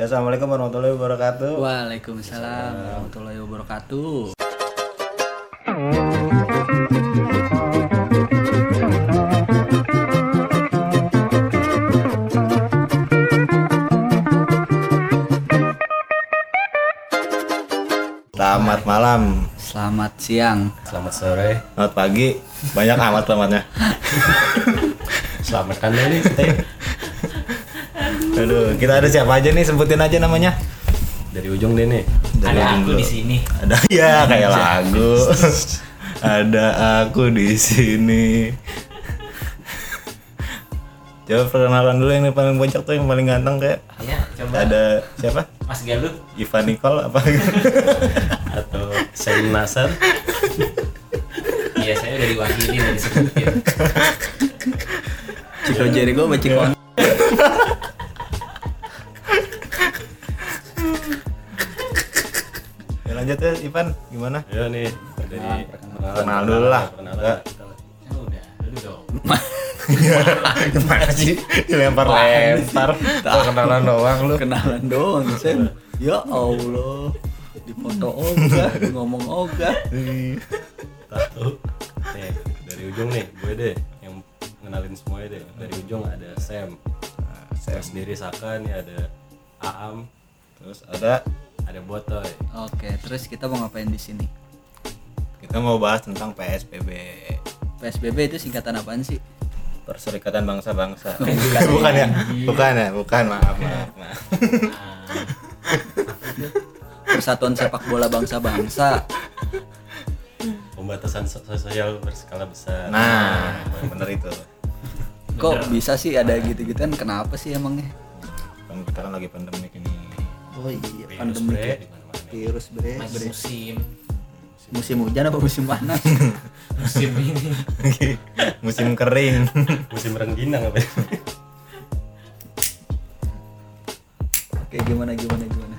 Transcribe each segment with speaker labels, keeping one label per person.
Speaker 1: Ya, Assalamualaikum warahmatullahi wabarakatuh.
Speaker 2: Waalaikumsalam warahmatullahi wabarakatuh.
Speaker 1: Selamat malam,
Speaker 2: Selamat siang.
Speaker 3: Selamat sore.
Speaker 1: selamat pagi. Banyak amat selamatnya.
Speaker 3: Selamat kan ini kita ya.
Speaker 1: Aduh, kita ada siapa aja nih? Sebutin aja namanya.
Speaker 3: dari ujung deh nih.
Speaker 1: Dari
Speaker 4: ada
Speaker 1: ujung
Speaker 4: aku
Speaker 1: dulu.
Speaker 4: di sini
Speaker 1: Ada ya kayak lagu. ada aku di sini. Coba perkenalan dulu yang paling bocok tuh yang paling ganteng kayak
Speaker 4: ya coba
Speaker 1: ada siapa?
Speaker 4: Mas Galuh
Speaker 1: Ivan Nicole apa?
Speaker 3: Atau Sen Nasar.
Speaker 4: iya saya udah diwakili dari sebutin
Speaker 2: Ciko Jericho baca kon.
Speaker 1: ya, lanjut ya Ivan, gimana?
Speaker 3: Ya nih dari
Speaker 1: Ah, Kenal dulu lah.
Speaker 3: Perkenalan.
Speaker 4: Ya udah lu dong
Speaker 1: Gimana sih? Dilempar-lempar. Perkenalan doang lu.
Speaker 2: Kenalan doang, Sen. Ya Allah. Di foto ogah, di ngomong ogah.
Speaker 3: Satu. Nih, dari ujung nih gue deh yang ngenalin semuanya deh. Dari ujung ada Sam.
Speaker 1: Nah,
Speaker 3: Sam sendiri Saka nih ada Aam,
Speaker 1: Terus ada
Speaker 3: ada Botoy.
Speaker 2: Oke, terus kita mau ngapain di sini?
Speaker 1: kita mau bahas tentang PSBB
Speaker 2: PSBB itu singkatan apaan sih?
Speaker 1: Perserikatan Bangsa-Bangsa.
Speaker 4: Oh, iya.
Speaker 1: bukan ya? Bukan ya? Bukan, maaf, maaf, maaf.
Speaker 2: Persatuan Sepak Bola Bangsa-Bangsa.
Speaker 3: Pembatasan so- sosial berskala besar.
Speaker 1: Nah, bener itu.
Speaker 2: Kok bisa sih ada gitu-gituan? Kenapa sih emangnya?
Speaker 1: Kan kita kan lagi pandemi ini.
Speaker 2: Oh iya,
Speaker 3: Virus
Speaker 2: pandemi.
Speaker 3: bre, di mana-mana.
Speaker 2: Virus bre.
Speaker 4: Mas musim
Speaker 2: Musim hujan apa musim panas?
Speaker 4: musim ini
Speaker 1: Musim kering.
Speaker 3: Musim rengginang apa? ya?
Speaker 2: Oke, gimana gimana gimana?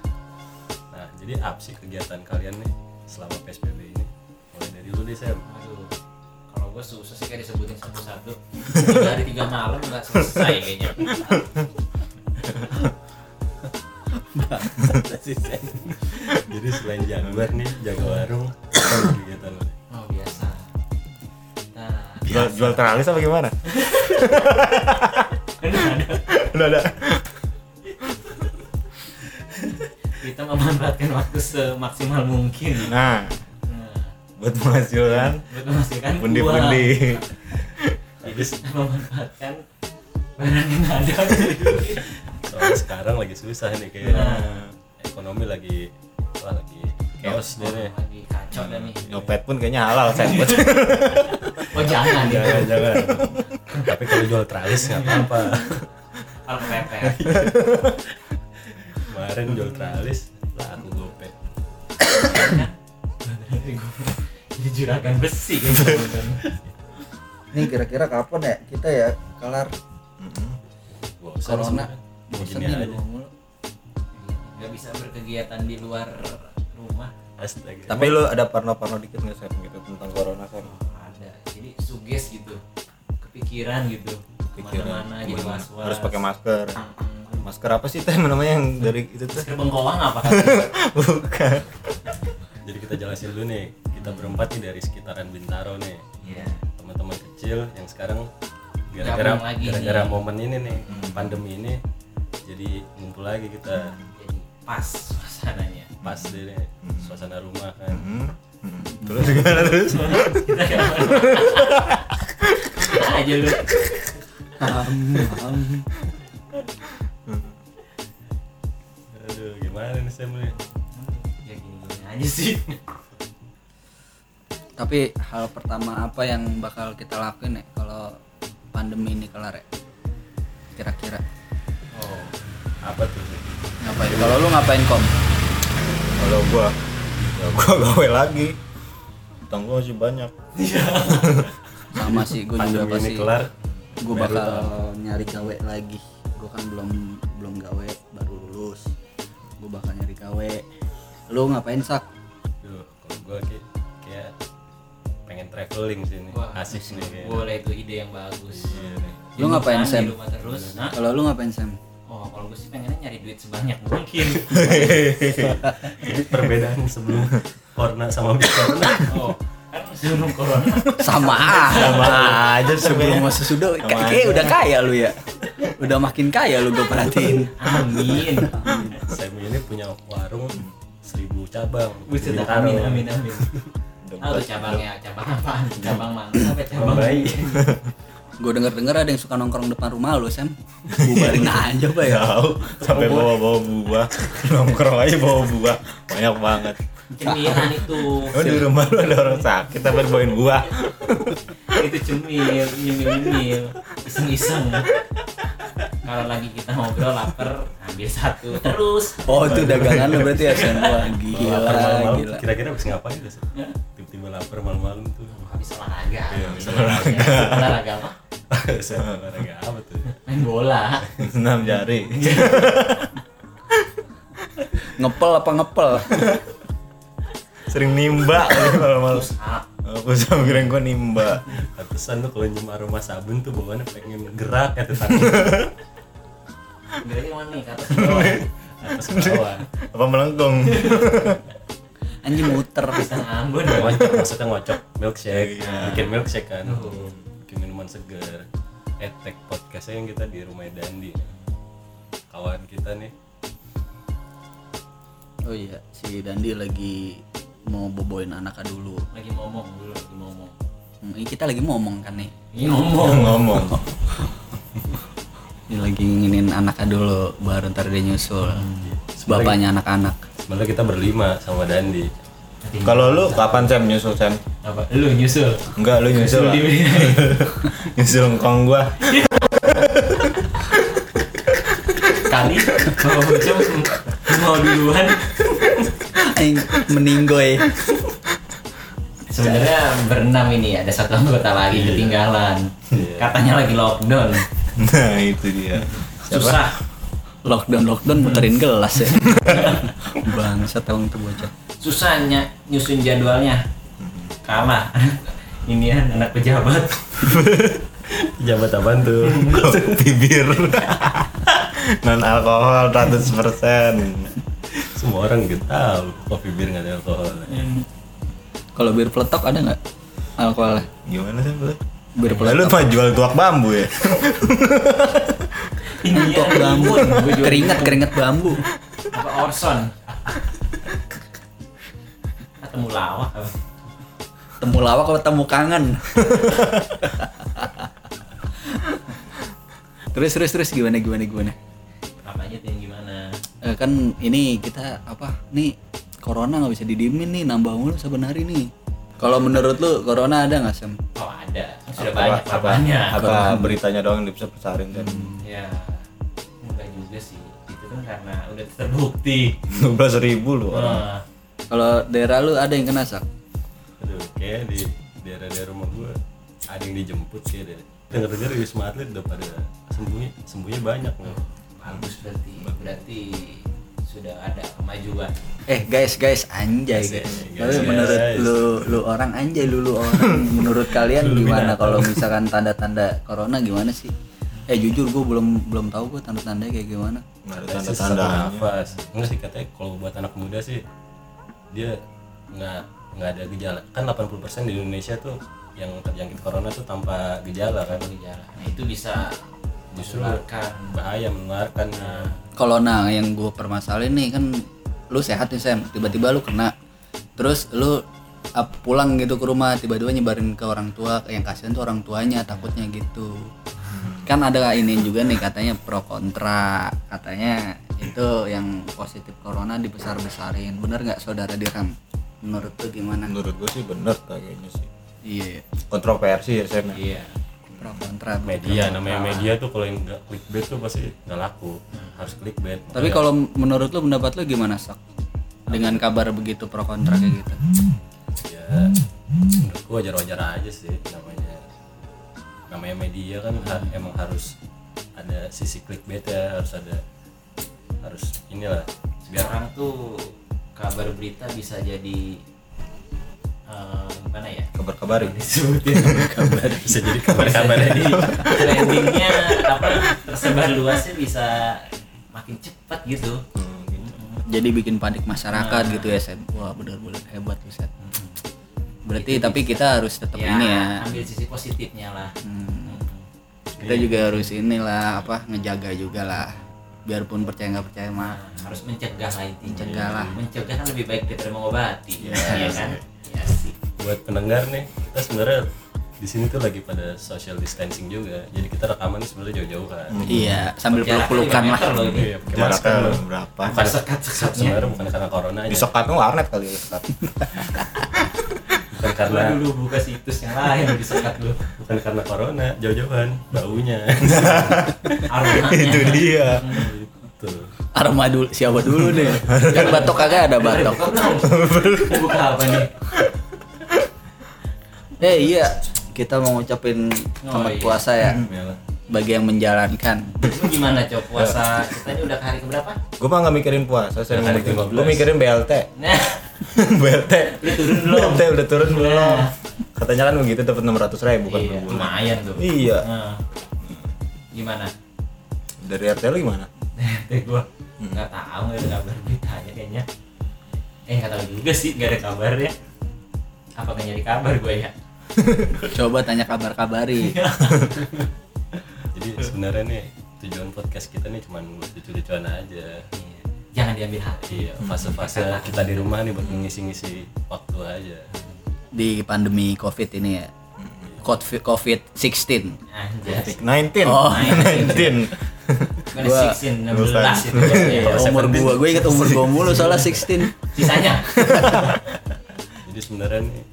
Speaker 3: Nah, jadi apa sih kegiatan kalian nih selama PSBB ini? Mulai dari dulu deh, Sam.
Speaker 4: aduh kalau gue susah sih kayak disebutin satu-satu tiga hari tiga malam nggak selesai kayaknya
Speaker 3: Jadi selain jaguar nih, jaga warung, apa lagi kegiatan lo?
Speaker 4: oh biasa nah
Speaker 1: Jual, jual teralis apa gimana? Udah ada.
Speaker 4: kita memanfaatkan waktu semaksimal mungkin
Speaker 1: Nah,
Speaker 4: nah ya
Speaker 1: buat menghasilkan
Speaker 2: Iya.
Speaker 4: buat menghasilkan
Speaker 1: pundi-pundi.
Speaker 4: jadi memanfaatkan barang yang ada
Speaker 3: Soalnya sekarang lagi susah nih kayak
Speaker 4: Nah.
Speaker 3: ekonomi lagi wah lagi chaos deh nih.
Speaker 4: lagi kacau dan nih
Speaker 1: Nyopet pun kayaknya halal, Sen.
Speaker 2: Iya.
Speaker 4: oh jangan ya
Speaker 3: Jangan jangan. Tapi kalau jual tralis nggak apa-apa.
Speaker 4: kalau kepepet Iya
Speaker 3: Kemarin jual tralis lah aku gope.
Speaker 4: kan? jadi juragan besi gitu
Speaker 2: Nih kira-kira kapan ya kita ya kelar
Speaker 3: Bosan
Speaker 2: corona?
Speaker 3: sebenarnya.
Speaker 2: Bosan
Speaker 3: Begini
Speaker 2: nih di
Speaker 3: aja.
Speaker 2: rumah mulu.
Speaker 4: nggak bisa berkegiatan di luar rumah
Speaker 3: Astaga.
Speaker 1: Tapi lu
Speaker 2: Iya.
Speaker 1: ada parno-parno dikit nggak, Sen? Gitu, tentang corona, Sen?
Speaker 4: ada jadi suges gitu kepikiran gitu kemana-mana jadi was was
Speaker 1: Iya. Harus pakai masker.
Speaker 2: Ah.
Speaker 1: Masker apa sih, Teh, namanya yang dari itu tuh?
Speaker 4: masker bengkoang apa
Speaker 1: Bukan.
Speaker 3: Jadi kita jelasin dulu nih, kita berempat nih dari sekitaran Bintaro nih.
Speaker 4: Iya.
Speaker 3: teman-teman kecil yang sekarang gara-gara
Speaker 4: Gabung lagi Hmm.
Speaker 3: gara-gara momen ini nih pandemi ini jadi ngumpul lagi kita
Speaker 4: jadi pas suasananya
Speaker 3: pas deh nih,
Speaker 4: Hmm.
Speaker 3: suasana rumah kan
Speaker 1: Hmm. Hmm. Terus gimana terus?
Speaker 4: kita kemana-mana. Nah, aja lu
Speaker 2: Am, am.
Speaker 3: aduh gimana nih Sam nih
Speaker 4: ya gini gini aja sih
Speaker 2: Tapi hal pertama apa yang bakal kita lakuin ya kalau pandemi ini kelar ya? Kira-kira
Speaker 4: oh
Speaker 3: apa tuh
Speaker 2: ngapain? Kalau lu ngapain kom?
Speaker 1: Kalau gua, ya gua gawe lagi. Utang gua masih banyak.
Speaker 2: Sama sih, gue juga
Speaker 3: pandemi ini
Speaker 2: pasti.
Speaker 3: kelar
Speaker 2: Gue
Speaker 3: baru
Speaker 2: bakal nyari gawe lagi. Gue kan belum belum gawe, baru lulus. Gue bakal nyari gawe. Lu ngapain sak?
Speaker 3: Duh, kalau gue kayak, kayak pengen traveling sih nih
Speaker 4: Wah,
Speaker 3: asik nih kayak
Speaker 4: boleh itu ide yang bagus
Speaker 3: Iya nih.
Speaker 2: Lu ngapain,
Speaker 4: Jangan
Speaker 2: Sam?
Speaker 4: di rumah terus nah
Speaker 2: Kalau lu ngapain Sam?
Speaker 4: oh kalau gue sih pengennya nyari duit sebanyak mungkin
Speaker 3: Jadi perbedaan sebelum corona sama abis corona
Speaker 4: oh kan sebelum corona
Speaker 2: sama sama aja sebelum
Speaker 1: sebenarnya.
Speaker 2: sesudah
Speaker 1: Sama
Speaker 2: kayak
Speaker 1: aja.
Speaker 2: udah kaya lu ya udah makin kaya lu gue perhatiin
Speaker 4: amin
Speaker 3: Sam ini punya warung seribu cabang
Speaker 4: Buset,
Speaker 3: Jadi
Speaker 4: amin
Speaker 3: taruh.
Speaker 4: amin amin Tahu tuh cabangnya, cabang apaan? Cabang mangga, apa cabang
Speaker 3: Cabang bayi.
Speaker 2: gue denger denger ada yang suka nongkrong depan rumah lu sam bubarin aja pak ya
Speaker 1: Tahu sampai bawa-bawa buah. Nongkrong aja bawa buah. Banyak banget.
Speaker 4: Cemilan itu,
Speaker 1: Oh, di rumah lu ada orang sakit tapi bawain buah.
Speaker 4: itu cemil, nyemil-nyemil, iseng-iseng. Kalau lagi kita ngobrol lapar, ambil satu terus.
Speaker 2: oh itu dagangan lu berarti ya sam Wah,
Speaker 3: Kalau
Speaker 2: gila
Speaker 3: lapar malam-malam
Speaker 2: gila
Speaker 3: kira-kira habis ngapain tuh Sam? tiba-tiba lapar malam-malam tuh
Speaker 4: Habis olahraga.
Speaker 3: Iya, habis
Speaker 4: olahraga. Olahraga apa?
Speaker 3: Sam olahraga apa tuh
Speaker 4: Main bola.
Speaker 1: Enam jari.
Speaker 2: ngepel apa ngepel
Speaker 1: Sering nimba gitu kalau malu.
Speaker 4: Push up.
Speaker 1: Aku sama keren gua nimba.
Speaker 3: Pantesan lu kalau nyium aroma sabun tuh bawaannya pengen gerak ya tetap
Speaker 4: Geraknya kemana nih? Ke atas ke bawah.
Speaker 3: atas ke bawah
Speaker 1: Apa melengkung?
Speaker 2: anjing muter
Speaker 4: Bisa ngambun.
Speaker 3: ngocok maksudnya ngocok milkshake
Speaker 1: Iya.
Speaker 3: bikin milkshake kan
Speaker 4: Oh.
Speaker 3: bikin minuman segar etek podcastnya yang kita di rumah Dandi kawan kita nih
Speaker 2: oh iya si Dandi lagi mau boboin anaknya dulu
Speaker 4: Lagi ngomong dulu, lagi ngomong.
Speaker 2: Hmm, ini kita lagi ngomong kan nih
Speaker 4: Ini ngomong.
Speaker 1: Ngomong.
Speaker 2: ini lagi nginin anaknya dulu baru ntar dia nyusul bapaknya anak-anak
Speaker 3: sebenarnya kita berlima sama Dandi
Speaker 1: Kalau lu kapan Sam nyusul Sam?
Speaker 4: apa? Lu nyusul.
Speaker 1: Enggak, lu nyusul. lah.
Speaker 4: Nyusul di
Speaker 1: Nyusul engkong gua.
Speaker 4: kali kalau hujan mau duluan
Speaker 2: Aing meninggoy
Speaker 4: sebenarnya berenam ini ada satu anggota lagi ketinggalan
Speaker 3: Iya.
Speaker 4: katanya lagi lockdown
Speaker 1: Nah, itu dia.
Speaker 4: susah
Speaker 2: lockdown lockdown muterin gelas ya bangsat emang tuh bocah
Speaker 4: susahnya nyusun jadwalnya kalah ini kan anak pejabat
Speaker 3: jabat apaan tuh
Speaker 1: Kopi bir. Non alkohol 100%.
Speaker 3: semua orang gitu tahu kopi bir nggak ada alkohol
Speaker 2: kalau bir peletok ada nggak alkoholnya
Speaker 1: Gimana sih lu?
Speaker 2: bir
Speaker 1: Lah, Lu
Speaker 2: peletok
Speaker 1: mah jual tuak bambu ya?
Speaker 4: ini
Speaker 2: kok bambu keringat keringat bambu
Speaker 4: apa Orson ketemu lawak apa?
Speaker 2: temu lawak kalau temu kangen terus terus terus gimana gimana gimana
Speaker 4: apa aja tuh yang gimana
Speaker 2: Eh, kan ini kita apa nih corona nggak bisa didiemin nih nambah mulu sebenarnya nih kalau menurut lu corona ada nggak sem
Speaker 4: oh ada sudah
Speaker 1: Apa-
Speaker 4: banyak kabarnya
Speaker 1: apa, apa beritanya doang yang bisa pesarin kan?
Speaker 4: ya enggak juga sih itu kan karena udah terbukti
Speaker 1: 12 ribu lu orang.
Speaker 4: Nah,
Speaker 2: kalau daerah lu ada yang kena sak
Speaker 3: aduh kayak di daerah-daerah rumah gua ada yang dijemput sih ada denger-denger di wisma atlet udah pada sembuhnya sembuhnya banyak loh
Speaker 4: bagus berarti berarti sudah ada kemajuan
Speaker 2: Eh guys guys anjay
Speaker 3: Guys,
Speaker 2: guys.
Speaker 3: guys,
Speaker 2: Tapi
Speaker 3: guys.
Speaker 2: menurut lu lu orang anjay lu lu orang menurut kalian
Speaker 3: Lu
Speaker 2: gimana
Speaker 3: binatang.
Speaker 2: kalau misalkan tanda-tanda corona gimana sih? Eh jujur gue belum belum tahu gue tanda-tandanya kayak gimana.
Speaker 4: Oh.
Speaker 1: Nggak ada
Speaker 3: Katanya sih sesak
Speaker 1: tanda-tanda.
Speaker 3: nafas enggak sih katanya kalau buat anak muda sih dia nggak nggak ada gejala kan 80% di Indonesia tuh yang terjangkit corona tuh tanpa gejala kan
Speaker 4: gejala nah itu bisa
Speaker 3: Justru.
Speaker 4: menularkan
Speaker 3: bahaya menularkan nah,
Speaker 2: Kalau nah yang gue permasalahin nih kan lu sehat nih Sam, tiba-tiba lu kena. Terus lu ap- pulang gitu ke rumah tiba-tiba nyebarin ke orang tua yang kasihan tuh orang tuanya takutnya gitu kan ada ini juga nih katanya pro kontra katanya itu yang positif corona dibesar besarin bener nggak saudara diram menurut tuh gimana
Speaker 1: Menurut gua sih bener kayaknya sih.
Speaker 2: iya
Speaker 1: Kontroversi ya Sam.
Speaker 4: iya
Speaker 2: pro kontra
Speaker 3: media namanya media tuh kalau yang nggak clickbait tuh pasti nggak laku harus clickbait
Speaker 2: tapi kalau menurut lu pendapat lu gimana sok dengan kabar begitu pro kontra kayak gitu
Speaker 3: ya menurut gua wajar-wajar aja sih namanya namanya media kan ha- emang harus ada sisi clickbait ya harus ada harus inilah biar
Speaker 4: sekarang tuh kabar berita bisa jadi eh, gimana ya
Speaker 1: Kabar-kabarin.
Speaker 4: disebutin
Speaker 3: kabar bisa jadi kabar-kabar
Speaker 4: jadi trendingnya apa tersebar luasnya bisa makin cepat cepat gitu
Speaker 2: jadi bikin panik masyarakat gitu ya Sam wah benar-benar hebat lu Sam berarti tapi kita harus tetap ini ya
Speaker 4: ambil sisi positifnya lah
Speaker 2: Hmm.
Speaker 4: Mm-mm.
Speaker 2: kita juga harus inilah apa ngejaga juga lah biarpun percaya nggak percaya mah
Speaker 4: Nah, harus mencegah lah intinya
Speaker 2: Mencegah lah.
Speaker 4: mencegah kan lebih baik daripada mengobati
Speaker 3: Iya.
Speaker 4: iya kan iya sih
Speaker 3: buat pendengar nih kita sebenarnya di sini tuh lagi pada social distancing juga jadi kita rekaman sebenarnya jauh-jauh kan
Speaker 2: iya sambil
Speaker 4: Jaraknya
Speaker 2: peluk-pelukan
Speaker 4: lima
Speaker 2: lah
Speaker 4: meter loh ini.
Speaker 3: iya pakai masker Iya.
Speaker 1: jaraknya
Speaker 3: loh.
Speaker 1: kan berapa
Speaker 4: bukan ya. sekat-sekatnya
Speaker 3: sebenarnya bukan karena corona aja
Speaker 1: besok kan warnet kali ya sekat
Speaker 3: bukan
Speaker 4: karena
Speaker 3: karena
Speaker 4: dulu buka situs yang lain di sekat lu
Speaker 3: bukan karena corona jauh-jauhan baunya
Speaker 4: aromanya
Speaker 1: itu dia
Speaker 3: gitu
Speaker 2: arma dulu siapa dulu deh kan batok kagak ada batok
Speaker 4: buka apa nih
Speaker 2: eh iya kita mau ngucapin
Speaker 4: Oh,
Speaker 2: selamat
Speaker 4: iya.
Speaker 2: puasa ya
Speaker 3: Mela.
Speaker 2: bagi yang menjalankan
Speaker 4: lu gimana cok puasa kita ini udah ke hari keberapa
Speaker 1: gue mah nggak mikirin puasa saya
Speaker 3: Yang hari
Speaker 1: mikirin
Speaker 3: 15.
Speaker 1: gue mikirin BLT
Speaker 4: nah
Speaker 1: BLT
Speaker 4: Udah turun belum?
Speaker 1: BLT udah turun belum katanya kan begitu dapat enam ratus ribu kan per
Speaker 4: iya,
Speaker 1: bulan
Speaker 4: lumayan tuh
Speaker 1: Iya.
Speaker 4: Nah. gimana
Speaker 1: dari RT lu gimana
Speaker 4: Teh gua nggak tahu nggak ada kabar beritanya kayaknya eh nggak tahu juga sih nggak ada kabar ya apa nggak nyari kabar gua ya
Speaker 2: coba tanya kabar-kabari
Speaker 3: jadi sebenarnya nih tujuan podcast kita nih cuman buat lucu-lucuan aja
Speaker 4: Iya. jangan diambil hati
Speaker 3: iya fase-fase kita di rumah nih buat ngisi-ngisi waktu aja
Speaker 2: di pandemi covid ini ya covid 16
Speaker 4: anjas
Speaker 1: nineteen
Speaker 2: Oh,
Speaker 1: nineteen
Speaker 4: Bukan
Speaker 2: Gua-
Speaker 4: 16,
Speaker 1: bukan.
Speaker 4: 16 itu ya.
Speaker 3: Iya.
Speaker 2: umur gua gua inget umur gua mulu soalnya 16
Speaker 4: Sisanya
Speaker 3: jadi sebenarnya nih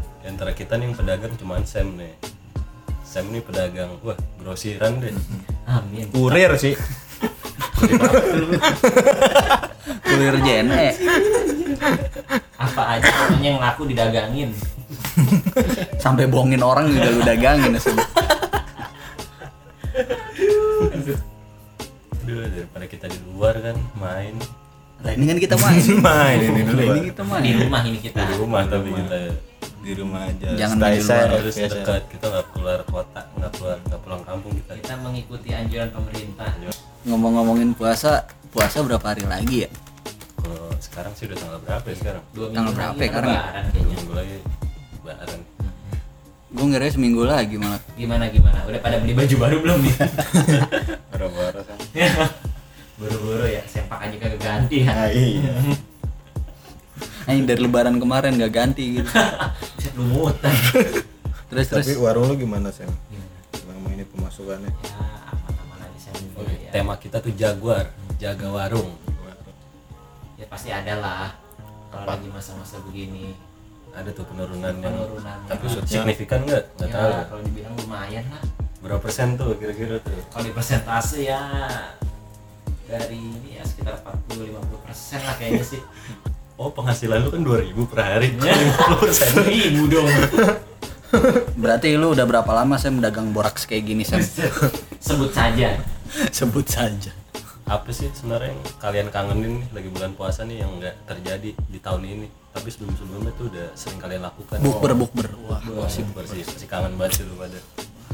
Speaker 3: di antara kita nih yang pedagang cuman Sam nih Sam nih pedagang wah grosiran deh
Speaker 4: Amin
Speaker 1: kurir sih
Speaker 2: kulir E. jene
Speaker 4: Apa aja pokoknya yang laku didagangin
Speaker 2: sampai bohongin orang juga lu dagangin ya, Sam.
Speaker 3: Aduh, daripada kita di luar kan main
Speaker 2: Lah ini kan kita main.
Speaker 1: Main ini dulu.
Speaker 2: Lah, ini kita
Speaker 4: Di
Speaker 2: main.
Speaker 4: rumah ini kita
Speaker 3: Nah, di rumah ya, tapi kita
Speaker 1: di rumah aja
Speaker 2: Jangan
Speaker 1: Stay
Speaker 2: di luar,
Speaker 1: safe,
Speaker 3: harus
Speaker 1: biasa.
Speaker 3: dekat kita nggak keluar kota nggak keluar nggak pulang kampung kita
Speaker 4: Kita mengikuti anjuran pemerintah
Speaker 2: Ngomong-ngomongin puasa, puasa berapa hari lagi ya?
Speaker 3: kalau sekarang sih udah tanggal berapa ya sekarang
Speaker 4: Dua
Speaker 2: Tanggal
Speaker 4: minggu
Speaker 2: berapa
Speaker 4: lagi
Speaker 2: ya, Karang?
Speaker 4: lebaran
Speaker 3: dua
Speaker 4: kayaknya.
Speaker 3: minggu lagi lebaran
Speaker 2: Gue ngira seminggu lagi malah.
Speaker 4: Gimana gimana? Udah pada beli baju baru belum nih?
Speaker 1: Bara-bara kan.
Speaker 4: Buru-buru ya, sempak aja kagak ganti ya.
Speaker 1: Nah, iya
Speaker 2: Anjing Eh, dari lebaran kemarin gak ganti gitu.
Speaker 4: Set lumutan.
Speaker 2: Terus terus
Speaker 1: tapi warung lu gimana Sam
Speaker 4: Gimana?
Speaker 1: selama ini pemasukannya
Speaker 4: Ya, aman-aman aja saya
Speaker 3: Oh,
Speaker 4: dulu
Speaker 3: iya.
Speaker 4: ya.
Speaker 3: tema kita tuh jaguar jaga warung
Speaker 4: Ya pasti ada lah. Kalau lagi masa-masa begini,
Speaker 3: ada tuh penurunan yang
Speaker 4: Penurunan.
Speaker 3: tapi signifikan nggak nggak tahu
Speaker 4: ya kalau dibilang lumayan lah.
Speaker 3: berapa persen tuh kira-kira tuh
Speaker 4: Kalau di persentase ya dari ini ya sekitar 40-50 persen lah kayaknya sih.
Speaker 3: oh penghasilan lu kan 2000 per hari
Speaker 4: Ya, ribu dong.
Speaker 2: berarti lu udah berapa lama saya mendagang boraks kayak gini Sam?
Speaker 4: Sebut saja.
Speaker 2: Sebut saja.
Speaker 3: apa sih sebenarnya yang kalian kangenin nih lagi bulan puasa nih yang nggak terjadi di tahun ini tapi sebelum-sebelumnya tuh udah sering kalian lakukan
Speaker 2: Bukber bukber. Oh. Wah,
Speaker 3: Wah, sih bersih sih kangen banget sih lu pada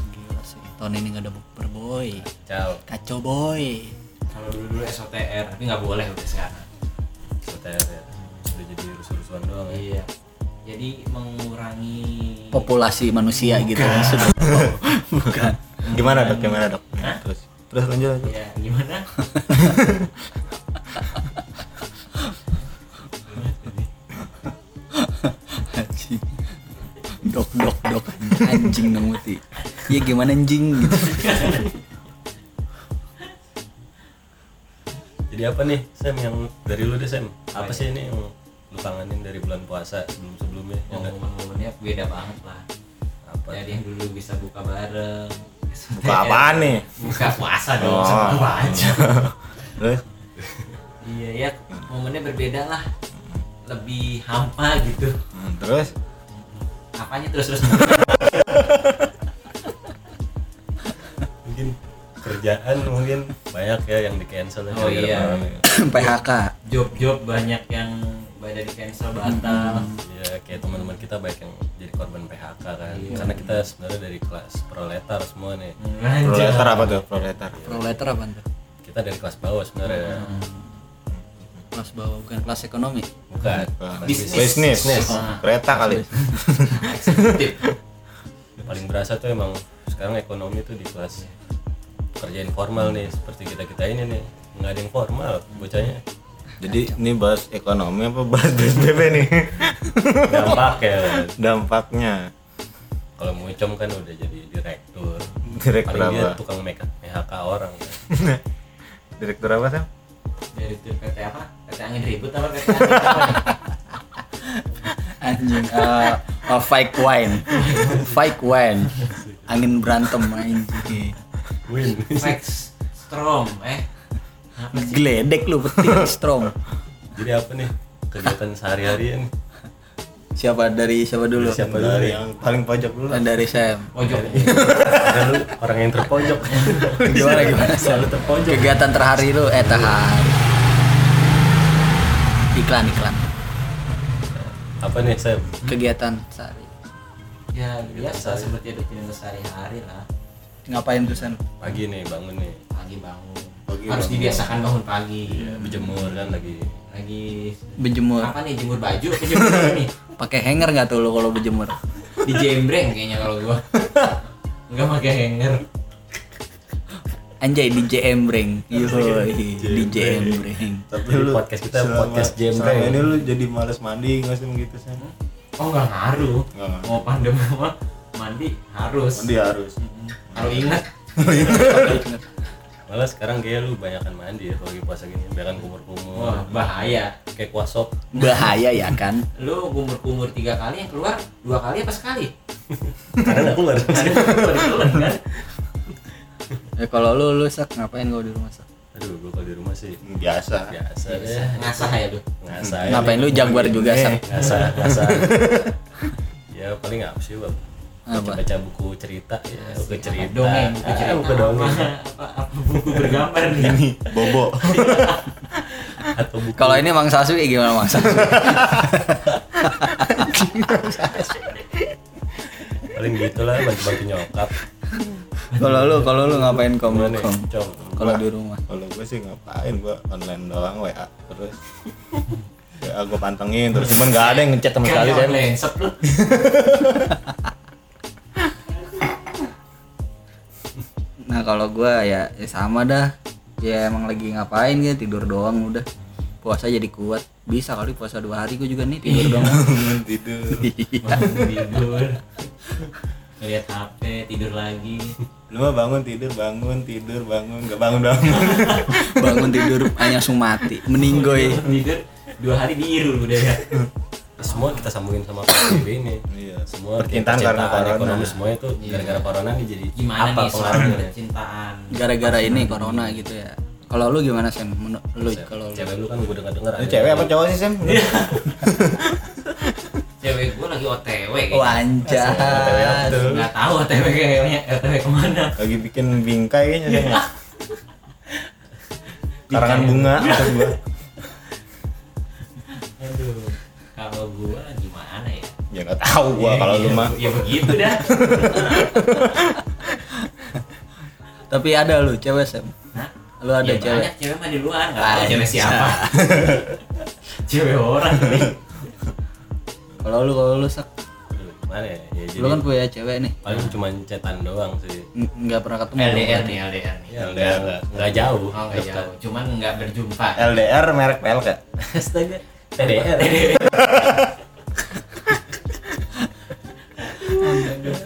Speaker 2: gila sih. Tahun ini gak ada bukber boy.
Speaker 3: ciao
Speaker 2: Kacau boy.
Speaker 4: Kalau dulu dulu SOTR, tapi nggak boleh udah sekarang.
Speaker 3: OTR ya udah jadi rusuh-rusuhan doang ya
Speaker 4: Iya. Jadi mengurangi
Speaker 2: Populasi manusia gitu maksudnya. Bukan.
Speaker 1: gimana dok gimana dok
Speaker 4: Hah?
Speaker 1: terus terus lanjut lanjut
Speaker 4: ya gimana?
Speaker 2: anjing dok dok dok anjing dong mati ya gimana anjing gitu
Speaker 3: jadi apa nih Sam yang dari lu deh Sam apa sih ini yang lu kangenin dari bulan puasa sebelum-sebelumnya yang
Speaker 4: Oh.
Speaker 3: nggak
Speaker 4: Momen-momennya ya, beda banget lah.
Speaker 3: apa
Speaker 4: Jadi yang dulu bisa buka bareng.
Speaker 1: buka
Speaker 4: SOTR.
Speaker 1: apaan nih
Speaker 4: Buka puasa
Speaker 1: Oh.
Speaker 4: dong, sama aja.
Speaker 1: terus
Speaker 4: iya ya, momennya berbeda lah. Lebih hampa gitu.
Speaker 1: Hmm, terus
Speaker 4: Apanya terus-terus
Speaker 3: mungkin kerjaan mungkin banyak ya yang di cancel
Speaker 4: Oh, iya.
Speaker 2: PHK
Speaker 4: job-job banyak yang pada di cancel batal.
Speaker 3: ya kayak teman-teman kita banyak yang jadi korban PHK kan
Speaker 4: Iya.
Speaker 3: karena kita sebenarnya dari kelas proletar semua nih
Speaker 4: Lanjut.
Speaker 1: proletar apa tuh proletar
Speaker 2: proletar apa tuh
Speaker 3: kita kita dari kelas bawah
Speaker 4: Iya.
Speaker 3: sebenarnya
Speaker 2: kelas bawah bukan kelas ekonomi
Speaker 3: bukan
Speaker 1: Nah,
Speaker 4: Bisnis.
Speaker 1: bisnis,
Speaker 3: Bisnis.
Speaker 1: kereta kali
Speaker 4: eksekutif
Speaker 3: paling berasa tuh emang sekarang ekonomi tuh di kelas kerja informal nih seperti kita kita ini nih nggak ada yang formal bocahnya
Speaker 1: jadi ini bahas ekonomi apa bahas BSBB nih
Speaker 3: dampak ya
Speaker 1: dampaknya
Speaker 3: kalau mucom kan udah jadi direktur
Speaker 1: Direktur
Speaker 3: paling dia
Speaker 1: apa?
Speaker 3: tukang make- PHK orang kan.
Speaker 1: direktur apa Sam?
Speaker 4: dari tim PT apa PT angin ribut apa PT angin apa
Speaker 2: anjing eh oh, fake wine fake wine angin berantem anjing
Speaker 3: win
Speaker 4: Max Strom eh apa sih
Speaker 2: geledek lu betul strong
Speaker 3: jadi apa nih kegiatan sehari-hari ini
Speaker 2: siapa dari siapa dulu
Speaker 3: siapa dulu
Speaker 1: dari
Speaker 3: nih?
Speaker 1: yang paling pojok dulu lah.
Speaker 2: dari Sam
Speaker 4: pojok
Speaker 1: Iya,
Speaker 3: Karena lu orang yang terpojok
Speaker 2: gimana gimana Sam?
Speaker 3: selalu terpojok
Speaker 2: kegiatan terhari lu eh terhari iklan iklan
Speaker 3: apa nih saya
Speaker 2: kegiatan sehari
Speaker 4: ya biasa seperti hidup kita sehari-hari lah
Speaker 2: ngapain tuh Sam
Speaker 3: pagi nih bangun nih
Speaker 4: pagi bangun
Speaker 1: Pagi
Speaker 4: harus
Speaker 1: bangun. Iya,
Speaker 4: dibiasakan bangun pagi
Speaker 3: berjemur kan lagi
Speaker 4: lagi
Speaker 2: berjemur
Speaker 4: apa nih jemur baju apa jemur ini
Speaker 2: pakai hanger nggak tuh lu kalau berjemur
Speaker 4: di jembreng kayaknya kalau gua nggak pakai hanger
Speaker 2: anjay di JM Ring yoi di JM Ring
Speaker 1: tapi
Speaker 3: Jadi podcast kita podcast jembreng.
Speaker 1: selama ini lu jadi males mandi nggak sih gitu Sam?
Speaker 4: oh nggak ngaruh
Speaker 1: Nggak ngaruh.
Speaker 4: mau pandemi mah mandi harus
Speaker 1: mandi ya? harus
Speaker 4: kalau ingat
Speaker 3: malah sekarang kayak lu banyakan mandi ya kalau lagi puasa gini banyakan
Speaker 1: Oh.
Speaker 3: kumur-kumur
Speaker 4: wah bahaya
Speaker 3: kayak kuasop
Speaker 2: bahaya ya kan
Speaker 4: lu kumur kumur tiga kali yang keluar dua kali apa sekali
Speaker 3: karena nggak keluar
Speaker 4: Ada yang keluar, kan?
Speaker 2: Eh, kalau lu lu sak ngapain kalau di rumah sak?
Speaker 3: aduh gua kalau di rumah sih
Speaker 1: biasa
Speaker 3: biasa deh
Speaker 4: ngasah ya lu
Speaker 3: ngasah ya.
Speaker 2: ngapain lu jaguar juga sak?
Speaker 3: ngasah ngasah ya paling apa sih bang
Speaker 2: Apa?
Speaker 3: baca buku cerita ya buku cerita
Speaker 4: dongeng buku
Speaker 3: Ah,
Speaker 4: cerita
Speaker 3: buku dongeng
Speaker 4: apa, apa, apa buku bergambar nih
Speaker 1: Eh, ini bobo
Speaker 3: atau buku
Speaker 2: Kalau ini Mang Saswi gimana Mang Saswi?
Speaker 3: paling gitulah bantu-bantu nyokap
Speaker 2: kalau lu kalau lu ngapain kom
Speaker 3: Gimana ya? nih
Speaker 2: kom?
Speaker 3: com
Speaker 2: Kalau di rumah.
Speaker 1: kalau gue sih ngapain gue online doang WA terus ya gue pantengin terus cuman nggak ada yang ngechat sama sekali
Speaker 4: kayak
Speaker 1: Sam
Speaker 4: lensep lu
Speaker 2: Nah, kalau gua ya, ya sama dah. Ya emang lagi ngapain ya tidur doang udah. Puasa jadi kuat. Bisa kali puasa dua hari gua juga nih tidur
Speaker 3: Iya.
Speaker 2: doang.
Speaker 1: tidur
Speaker 4: bangun tidur Iya. ngeliat HP tidur lagi
Speaker 1: lu mah bangun tidur bangun tidur bangun nggak bangun bangun
Speaker 2: Bangun tidur hanya sumati, meninggoy.
Speaker 4: tidur dua hari biru udah ya
Speaker 3: semua kita sambungin sama PSBB ini
Speaker 1: Iya.
Speaker 3: semua
Speaker 1: Percintaan karena
Speaker 3: percintaan,
Speaker 1: corona.
Speaker 3: ekonomi semuanya tuh gara-gara corona nih jadi
Speaker 4: gimana
Speaker 3: apa
Speaker 4: nih soal
Speaker 3: pengaruhnya
Speaker 4: percintaan
Speaker 2: Gara-gara ini corona gitu ya. Kalau lu gimana Sam? Menurut lu kalau lu
Speaker 3: cewek lu kan gue dengar dengar
Speaker 1: lu cewek apa cowok sih Sam
Speaker 4: cewek gua lagi OTW
Speaker 2: Oh,
Speaker 4: kayaknya
Speaker 2: Wanjat.
Speaker 4: nggak tahu OTW kayaknya OTW kemana
Speaker 1: lagi bikin bingkai kayaknya Sam ya. karangan bunga maksud gue
Speaker 4: aduh kalau gua gimana ya
Speaker 1: ya nggak tahu gue kalau lu mah
Speaker 4: ya begitu dah
Speaker 2: Tapi ada lu cewek Sam.
Speaker 4: Hah?
Speaker 2: Lu ada
Speaker 4: Ya,
Speaker 2: cewek. Ah,
Speaker 4: banyak cewek mah di luar nggak ada cewek siapa cewek orang nih
Speaker 2: Kalau lu kalau lu sak,
Speaker 3: Aduh, gimana ya, ya jadi
Speaker 2: lu kan punya cewek nih.
Speaker 3: paling cuma cetan doang sih
Speaker 2: N- Nggak pernah ketemu.
Speaker 4: LDR nih LDR nih
Speaker 3: ya nggak nggak nggak jauh
Speaker 4: oh nggak
Speaker 3: Dekat.
Speaker 4: jauh cuman nggak berjumpa
Speaker 1: LDR merek PLK
Speaker 3: astaga TDR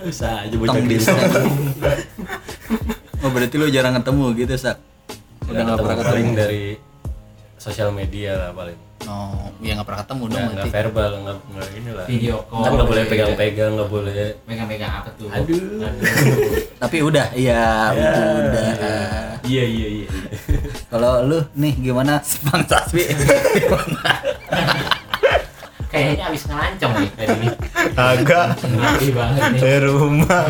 Speaker 3: bisa aja bocah
Speaker 2: Tong di
Speaker 3: gini
Speaker 2: Oh berarti lu jarang ketemu gitu sak. Udah nggak pernah
Speaker 3: paling
Speaker 2: ketemu.
Speaker 3: dari sosial media lah paling
Speaker 2: No, ya nggak pernah ketemu dong
Speaker 3: nggak nggak
Speaker 2: berarti.
Speaker 3: verbal nggak nggak ini lah
Speaker 2: Iya.
Speaker 4: Video call.
Speaker 3: kan nggak boleh
Speaker 2: gitu ya.
Speaker 3: pegang-pegang nggak boleh
Speaker 4: megang-megang apa tuh
Speaker 3: Aduh.
Speaker 2: Tapi udah, ya udah.
Speaker 4: iya iya iya
Speaker 2: Kalau lu nih gimana Bang Saswi?
Speaker 4: kayaknya abis ngelancong nih tadi nih
Speaker 1: agak
Speaker 4: Ngeri banget nih
Speaker 1: dari rumah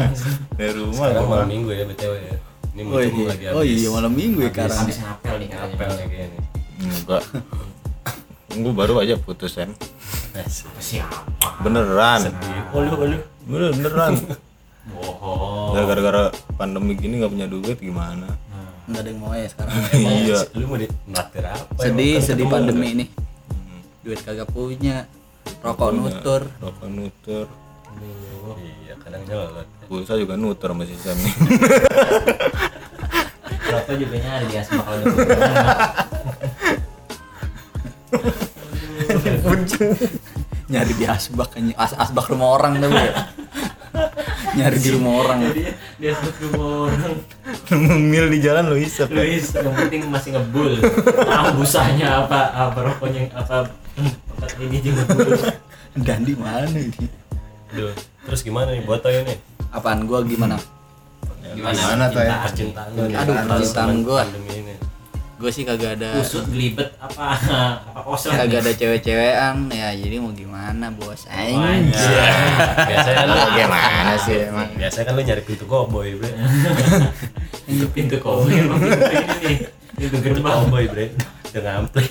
Speaker 1: dari rumah
Speaker 3: sekarang
Speaker 1: gue
Speaker 3: malam minggu ya btw ya ini
Speaker 2: Oh
Speaker 3: muncul
Speaker 2: iya,
Speaker 3: lagi
Speaker 2: oh
Speaker 3: habis
Speaker 2: iya malam minggu ya
Speaker 4: abis,
Speaker 2: sekarang.
Speaker 4: abis ngapel nih
Speaker 3: apel
Speaker 4: kayaknya
Speaker 3: ya kayaknya
Speaker 1: enggak gue baru aja putus Sam
Speaker 3: Asik.
Speaker 4: siapa
Speaker 1: beneran
Speaker 3: sedih oluh oluh
Speaker 1: Bener- beneran
Speaker 4: bohong
Speaker 1: Gara-gara pandemi gini nggak punya duit gimana?
Speaker 4: Nah,
Speaker 2: nggak ada yang mau ya sekarang
Speaker 1: iya
Speaker 3: lu mau di naktir apa emang?
Speaker 2: sedih
Speaker 3: Kan
Speaker 2: sedih
Speaker 3: ketemu
Speaker 2: pandemi
Speaker 3: kan?
Speaker 2: ini Hmm. Iya. duit kagak punya rokok
Speaker 1: Punya.
Speaker 2: nutur
Speaker 1: rokok nutur
Speaker 3: iya kadang nyelot
Speaker 1: pulsa juga nutur sama si Sam nih
Speaker 4: Rokok juga nyari di asma kalau udah pulang.
Speaker 2: nyari di asbak kan as asbak rumah orang tuh ya nyari di rumah orang
Speaker 4: Jadi dia sebut rumah orang.
Speaker 1: mil di jalan lu isep ya?
Speaker 4: Luis yang penting masih ngebul. Tahu busanya apa apa rokoknya apa tempat ini juga ngebul.
Speaker 2: dandi mana ini
Speaker 3: Duh, terus gimana nih buat Toyo nih
Speaker 2: apaan gua gimana
Speaker 1: Ya,
Speaker 4: Gimana?
Speaker 1: gimana tuh ya
Speaker 4: Percintaan.
Speaker 3: lu nih,
Speaker 2: Aduh,
Speaker 3: atas
Speaker 2: percintaan
Speaker 3: teman
Speaker 2: gua.
Speaker 3: pandemi ini
Speaker 2: gue sih kagak ada
Speaker 4: Usut gelibet apa apa kosong.
Speaker 2: kagak ada cewek-cewekan ya jadi mau gimana bos aing
Speaker 4: Wajah.
Speaker 3: Iya. biasanya kan lu
Speaker 2: Iya.
Speaker 1: gimana sih emang
Speaker 3: biasanya kan lu nyari pintu cowboy bre
Speaker 4: Itu pintu kowe emang pintu ini nih. Pintu
Speaker 3: pintu
Speaker 4: gerbang.
Speaker 3: cowboy bre dengan ampli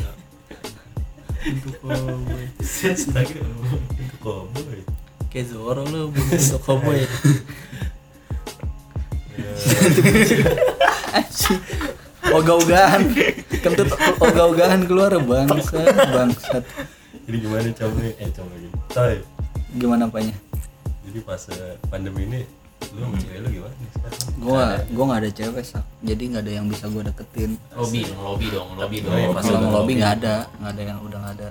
Speaker 2: Pintu koboi.
Speaker 4: Set, lagi dong.
Speaker 3: pintu cowboy
Speaker 2: kayak Zoro lu bentuk koboi ogah-ogahan kentut ogah-ogahan keluar bangsat bangsat
Speaker 3: jadi gimana cowboy eh cowboy gitu Toy
Speaker 2: gimana apanya
Speaker 3: jadi pas eh, pandemi ini lu sama cewek lu gimana nih sekarang
Speaker 2: gua gua nggak ada cewek sak jadi nggak ada yang bisa gua deketin
Speaker 4: Lobby dong, lobby dong, lobby dong.
Speaker 3: Oh, iya, pasti
Speaker 2: kalau
Speaker 3: ada
Speaker 2: ngelobi nggak ada nggak ada yang udah nggak ada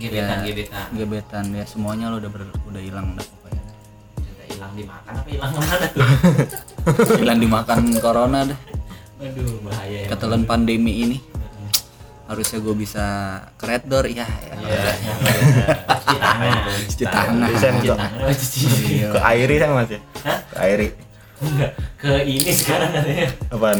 Speaker 4: Gebetan,
Speaker 2: Ya,
Speaker 4: gebetan.
Speaker 2: gebetan ya semuanya lo udah ber, udah hilang udah pokoknya
Speaker 4: Cinta hilang dimakan apa hilang kemana tuh?
Speaker 2: hilang dimakan corona dah
Speaker 4: Aduh, bahaya ya.
Speaker 2: ketelan pandemi ini harusnya gue bisa keret door ya ya
Speaker 4: Iya. Cuci tangan.
Speaker 2: cuci tangan
Speaker 1: Sam
Speaker 4: Cuci
Speaker 1: ke
Speaker 4: tangan apa cuci?
Speaker 2: Iya.
Speaker 1: ke Airi Sam masih
Speaker 4: Hah?
Speaker 1: ke Airi
Speaker 4: Enggak, Iya, ke ini sekarang katanya.
Speaker 1: apaan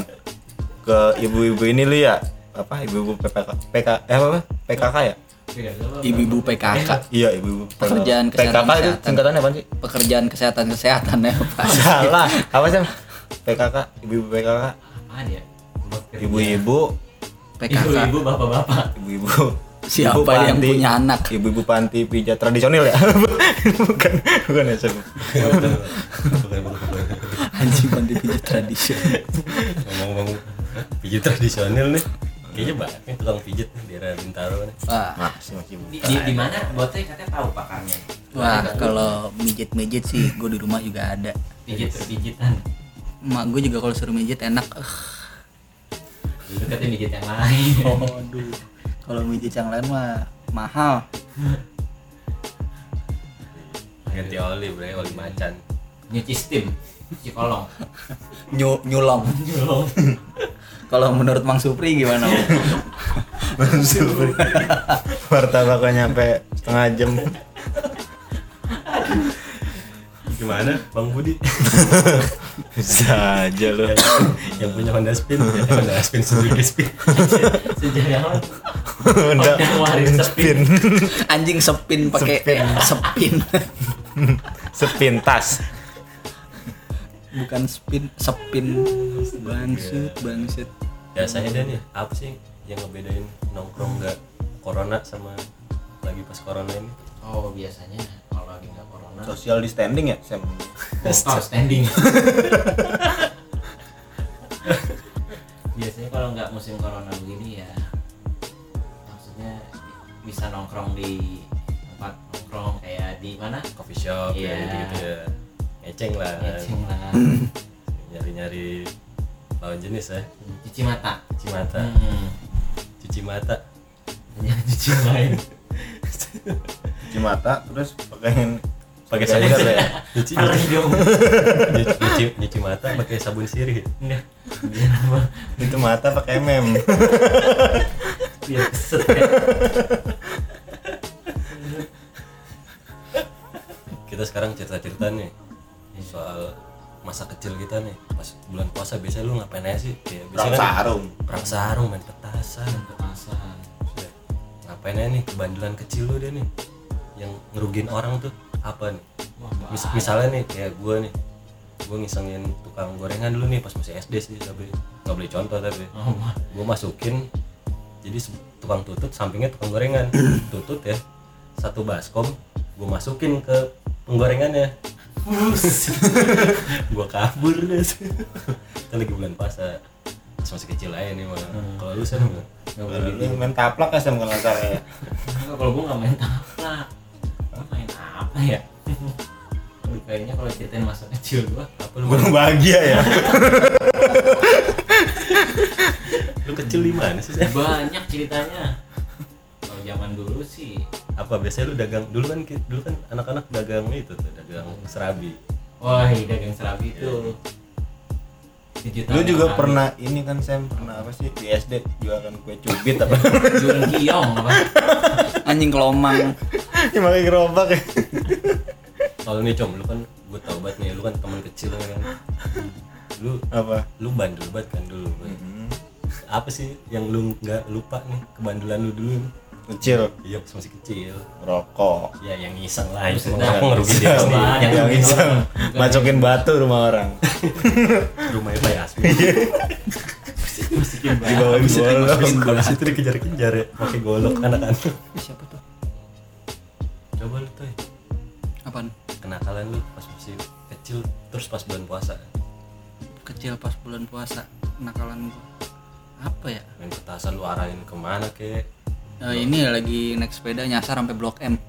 Speaker 1: ke ibu-ibu ini lu ya apa ibu-ibu PPK PK eh apa apa? PKK ya
Speaker 4: Iya, gak apa-apa. Eh,
Speaker 2: ibu-ibu PKK
Speaker 1: iya ibu-ibu PKK.
Speaker 2: Pekerjaan
Speaker 1: PKK
Speaker 2: kesehatan-
Speaker 1: itu
Speaker 2: kesehatan.
Speaker 1: singkatannya apa sih
Speaker 2: pekerjaan kesehatan kesehatan ya pak
Speaker 1: salah apa Sam PKK ibu-ibu PKK
Speaker 2: Iya.
Speaker 4: Apaan ya? Buat kerja.
Speaker 1: ibu-ibu
Speaker 2: PKK
Speaker 4: Ibu-ibu, bapak-bapak.
Speaker 1: ibu-ibu
Speaker 2: Siapa
Speaker 1: ibu
Speaker 2: yang punya anak?
Speaker 1: ibu-ibu panti pijat tradisional ya bukan bukan ya Sam
Speaker 3: Bukan, bukan, bukan.
Speaker 2: anjing mandi pijat tradisi
Speaker 3: ngomong-ngomong pijit tradisional nih kayaknya banyak nih tukang pijit nih di daerah Bintaro nih
Speaker 2: wah
Speaker 1: Nah, masih masih ibu
Speaker 4: Di, di, di mana? Buatnya katanya tahu pakarnya.
Speaker 2: wah kalau mijit mijit sih gue di rumah juga ada
Speaker 4: pijit pijitan.
Speaker 2: emak gue juga kalau suruh mijit enak Eh,
Speaker 4: Itu katanya pijit yang lain.
Speaker 2: aduh kalau mijit yang lain mah mahal
Speaker 3: ganti oli bre oli macan
Speaker 4: Nyuci steam, cuci kolong.
Speaker 2: Nyu- nyulong
Speaker 4: Nyolong.
Speaker 2: kalau menurut Mang Supri gimana
Speaker 1: Langsung Martabaknya nyampe setengah jam
Speaker 3: gimana Bang Budi
Speaker 1: Bisa aja lo
Speaker 3: yang punya Honda Spin ya Honda Spin Suzuki Spin
Speaker 4: Sejak awal.
Speaker 1: Udah
Speaker 4: Udah ngeluarin sepin.
Speaker 2: anjing sepin pakai sepin.
Speaker 1: Sepintas
Speaker 2: bukan spin sepin bangsut bangsut
Speaker 3: biasanya dan ya apa sih yang ngebedain nongkrong nggak corona sama lagi pas corona ini
Speaker 4: Oh, biasanya kalau lagi nggak corona.
Speaker 1: Social distancing ya Sam
Speaker 4: Oh, standing. Biasanya kalau nggak musim corona begini ya, maksudnya bisa nongkrong di tempat nongkrong kayak di mana? Ya,
Speaker 3: coffee shop
Speaker 4: Iya.
Speaker 3: ya gitu ya ngeceng lah
Speaker 4: Ecing lah,
Speaker 3: nyari-nyari lawan jenis ya
Speaker 4: cuci mata.
Speaker 3: cuci mata
Speaker 4: Hmm.
Speaker 3: cuci mata
Speaker 4: Jangan cuci yang lain.
Speaker 1: Cuci mata terus pakein
Speaker 3: pakai
Speaker 1: sabun
Speaker 3: sabun
Speaker 1: ya
Speaker 3: cuci
Speaker 4: Parah dong.
Speaker 3: nyuci, nyuci, nyuci mata pakai sabun sirih
Speaker 4: Nggak. Biar apa?
Speaker 1: Itu mata pakai mem
Speaker 4: Biar keset ya.
Speaker 3: kita sekarang cerita-cerita nih soal masa kecil kita nih pas bulan puasa biasanya lu ngapain aja sih ya, biasanya
Speaker 1: Perang sarung
Speaker 3: perang sarung main petasan
Speaker 4: Kepanasan.
Speaker 3: Buset. ngapain aja nih kebandelan kecil lu deh nih yang ngerugiin orang tuh apa nih
Speaker 4: Wah,
Speaker 3: Mis- misalnya nih kayak gue nih gue ngisengin tukang gorengan dulu nih pas masih SD sih tapi nggak boleh contoh tapi
Speaker 4: Oh, wah.
Speaker 3: gue masukin jadi se- tukang tutut sampingnya tukang gorengan tutut ya satu baskom gue masukin ke penggorengannya gue kabur deh Itu lagi bulan Kan puasa masih kecil aja nih malah.
Speaker 4: Hmm.
Speaker 3: Kalau lu sen enggak?
Speaker 4: Gak boleh
Speaker 1: Lu
Speaker 4: dibilang.
Speaker 1: main taplak ya sama nggak salah ya.
Speaker 4: Enggak, kalau gue nggak main taplak Gua main apa ya Aduh, kayaknya kalau ceritain masa kecil gue apa lu
Speaker 1: Kurang bahagia ya.
Speaker 3: Lu kecil di mana sih? Sen?
Speaker 4: banyak ceritanya kalau zaman dulu sih
Speaker 3: Apa biasanya lu dagang dulu kan ki- dulu kan anak-anak dagang itu tuh, dagang serabi.
Speaker 4: wah dagang serabi itu Sejuta
Speaker 1: Lu juga
Speaker 4: orang.
Speaker 1: pernah ini kan Sam pernah apa sih di SD jualan kan, kue cubit apa?
Speaker 4: jualan kiong apa
Speaker 2: anjing kelomang
Speaker 1: Ini pakai gerobak ya.
Speaker 3: Kalau nih com, lu kan gue tau banget nih, lu kan teman kecil kan. Lu
Speaker 1: Apa?
Speaker 3: lu bandel banget kan dulu. Apa sih yang lu nggak lupa nih kebandelan lu dulu? nih?
Speaker 1: Kecil
Speaker 3: Iya pas masih kecil.
Speaker 1: rokok.
Speaker 3: Ya yang iseng lah, itu
Speaker 4: Sedang.
Speaker 3: mau ngerugi dia
Speaker 4: Sedang.
Speaker 3: sendiri.
Speaker 4: Ah, Yang
Speaker 1: yang
Speaker 4: iseng.
Speaker 1: iseng
Speaker 4: Bukan.
Speaker 1: macokin batu rumah orang
Speaker 3: rumahnya Pak Yasmin
Speaker 4: masukin
Speaker 1: di bawah
Speaker 3: habis itu
Speaker 1: golok.
Speaker 3: habis itu- habis itu dikejar-kejar ya pakai golok anak-anak
Speaker 2: siapa tuh
Speaker 3: coba lu tuh
Speaker 2: apaan
Speaker 3: kenakalan lu pas masih kecil terus pas bulan puasa
Speaker 2: kecil pas bulan puasa nakalan gua apa ya
Speaker 3: main petasan lu arahin kemana kek
Speaker 2: Eh, ini lagi naik sepeda nyasar sampai blok M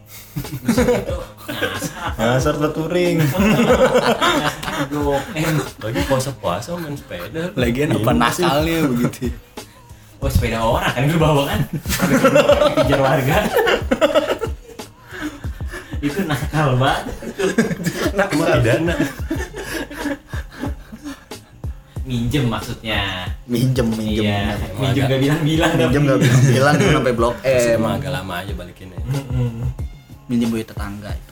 Speaker 1: Nyasar tuh Ah, touring.
Speaker 4: eh,
Speaker 3: lagi puasa-puasa main sepeda
Speaker 2: lagian apa
Speaker 3: Bingung sih.
Speaker 2: nakalnya begitu
Speaker 4: oh sepeda orang kan lu bawa kan kejar warga itu nakal banget itu
Speaker 3: Cuma pidana
Speaker 4: minjem maksudnya
Speaker 2: minjem
Speaker 4: iya minjem gak bilang-bilang tapi
Speaker 2: minjem nggak bilang bilang sampai blok M
Speaker 3: emang agak lama aja balikinnya
Speaker 4: Mm-mm.
Speaker 2: minjem duit tetangga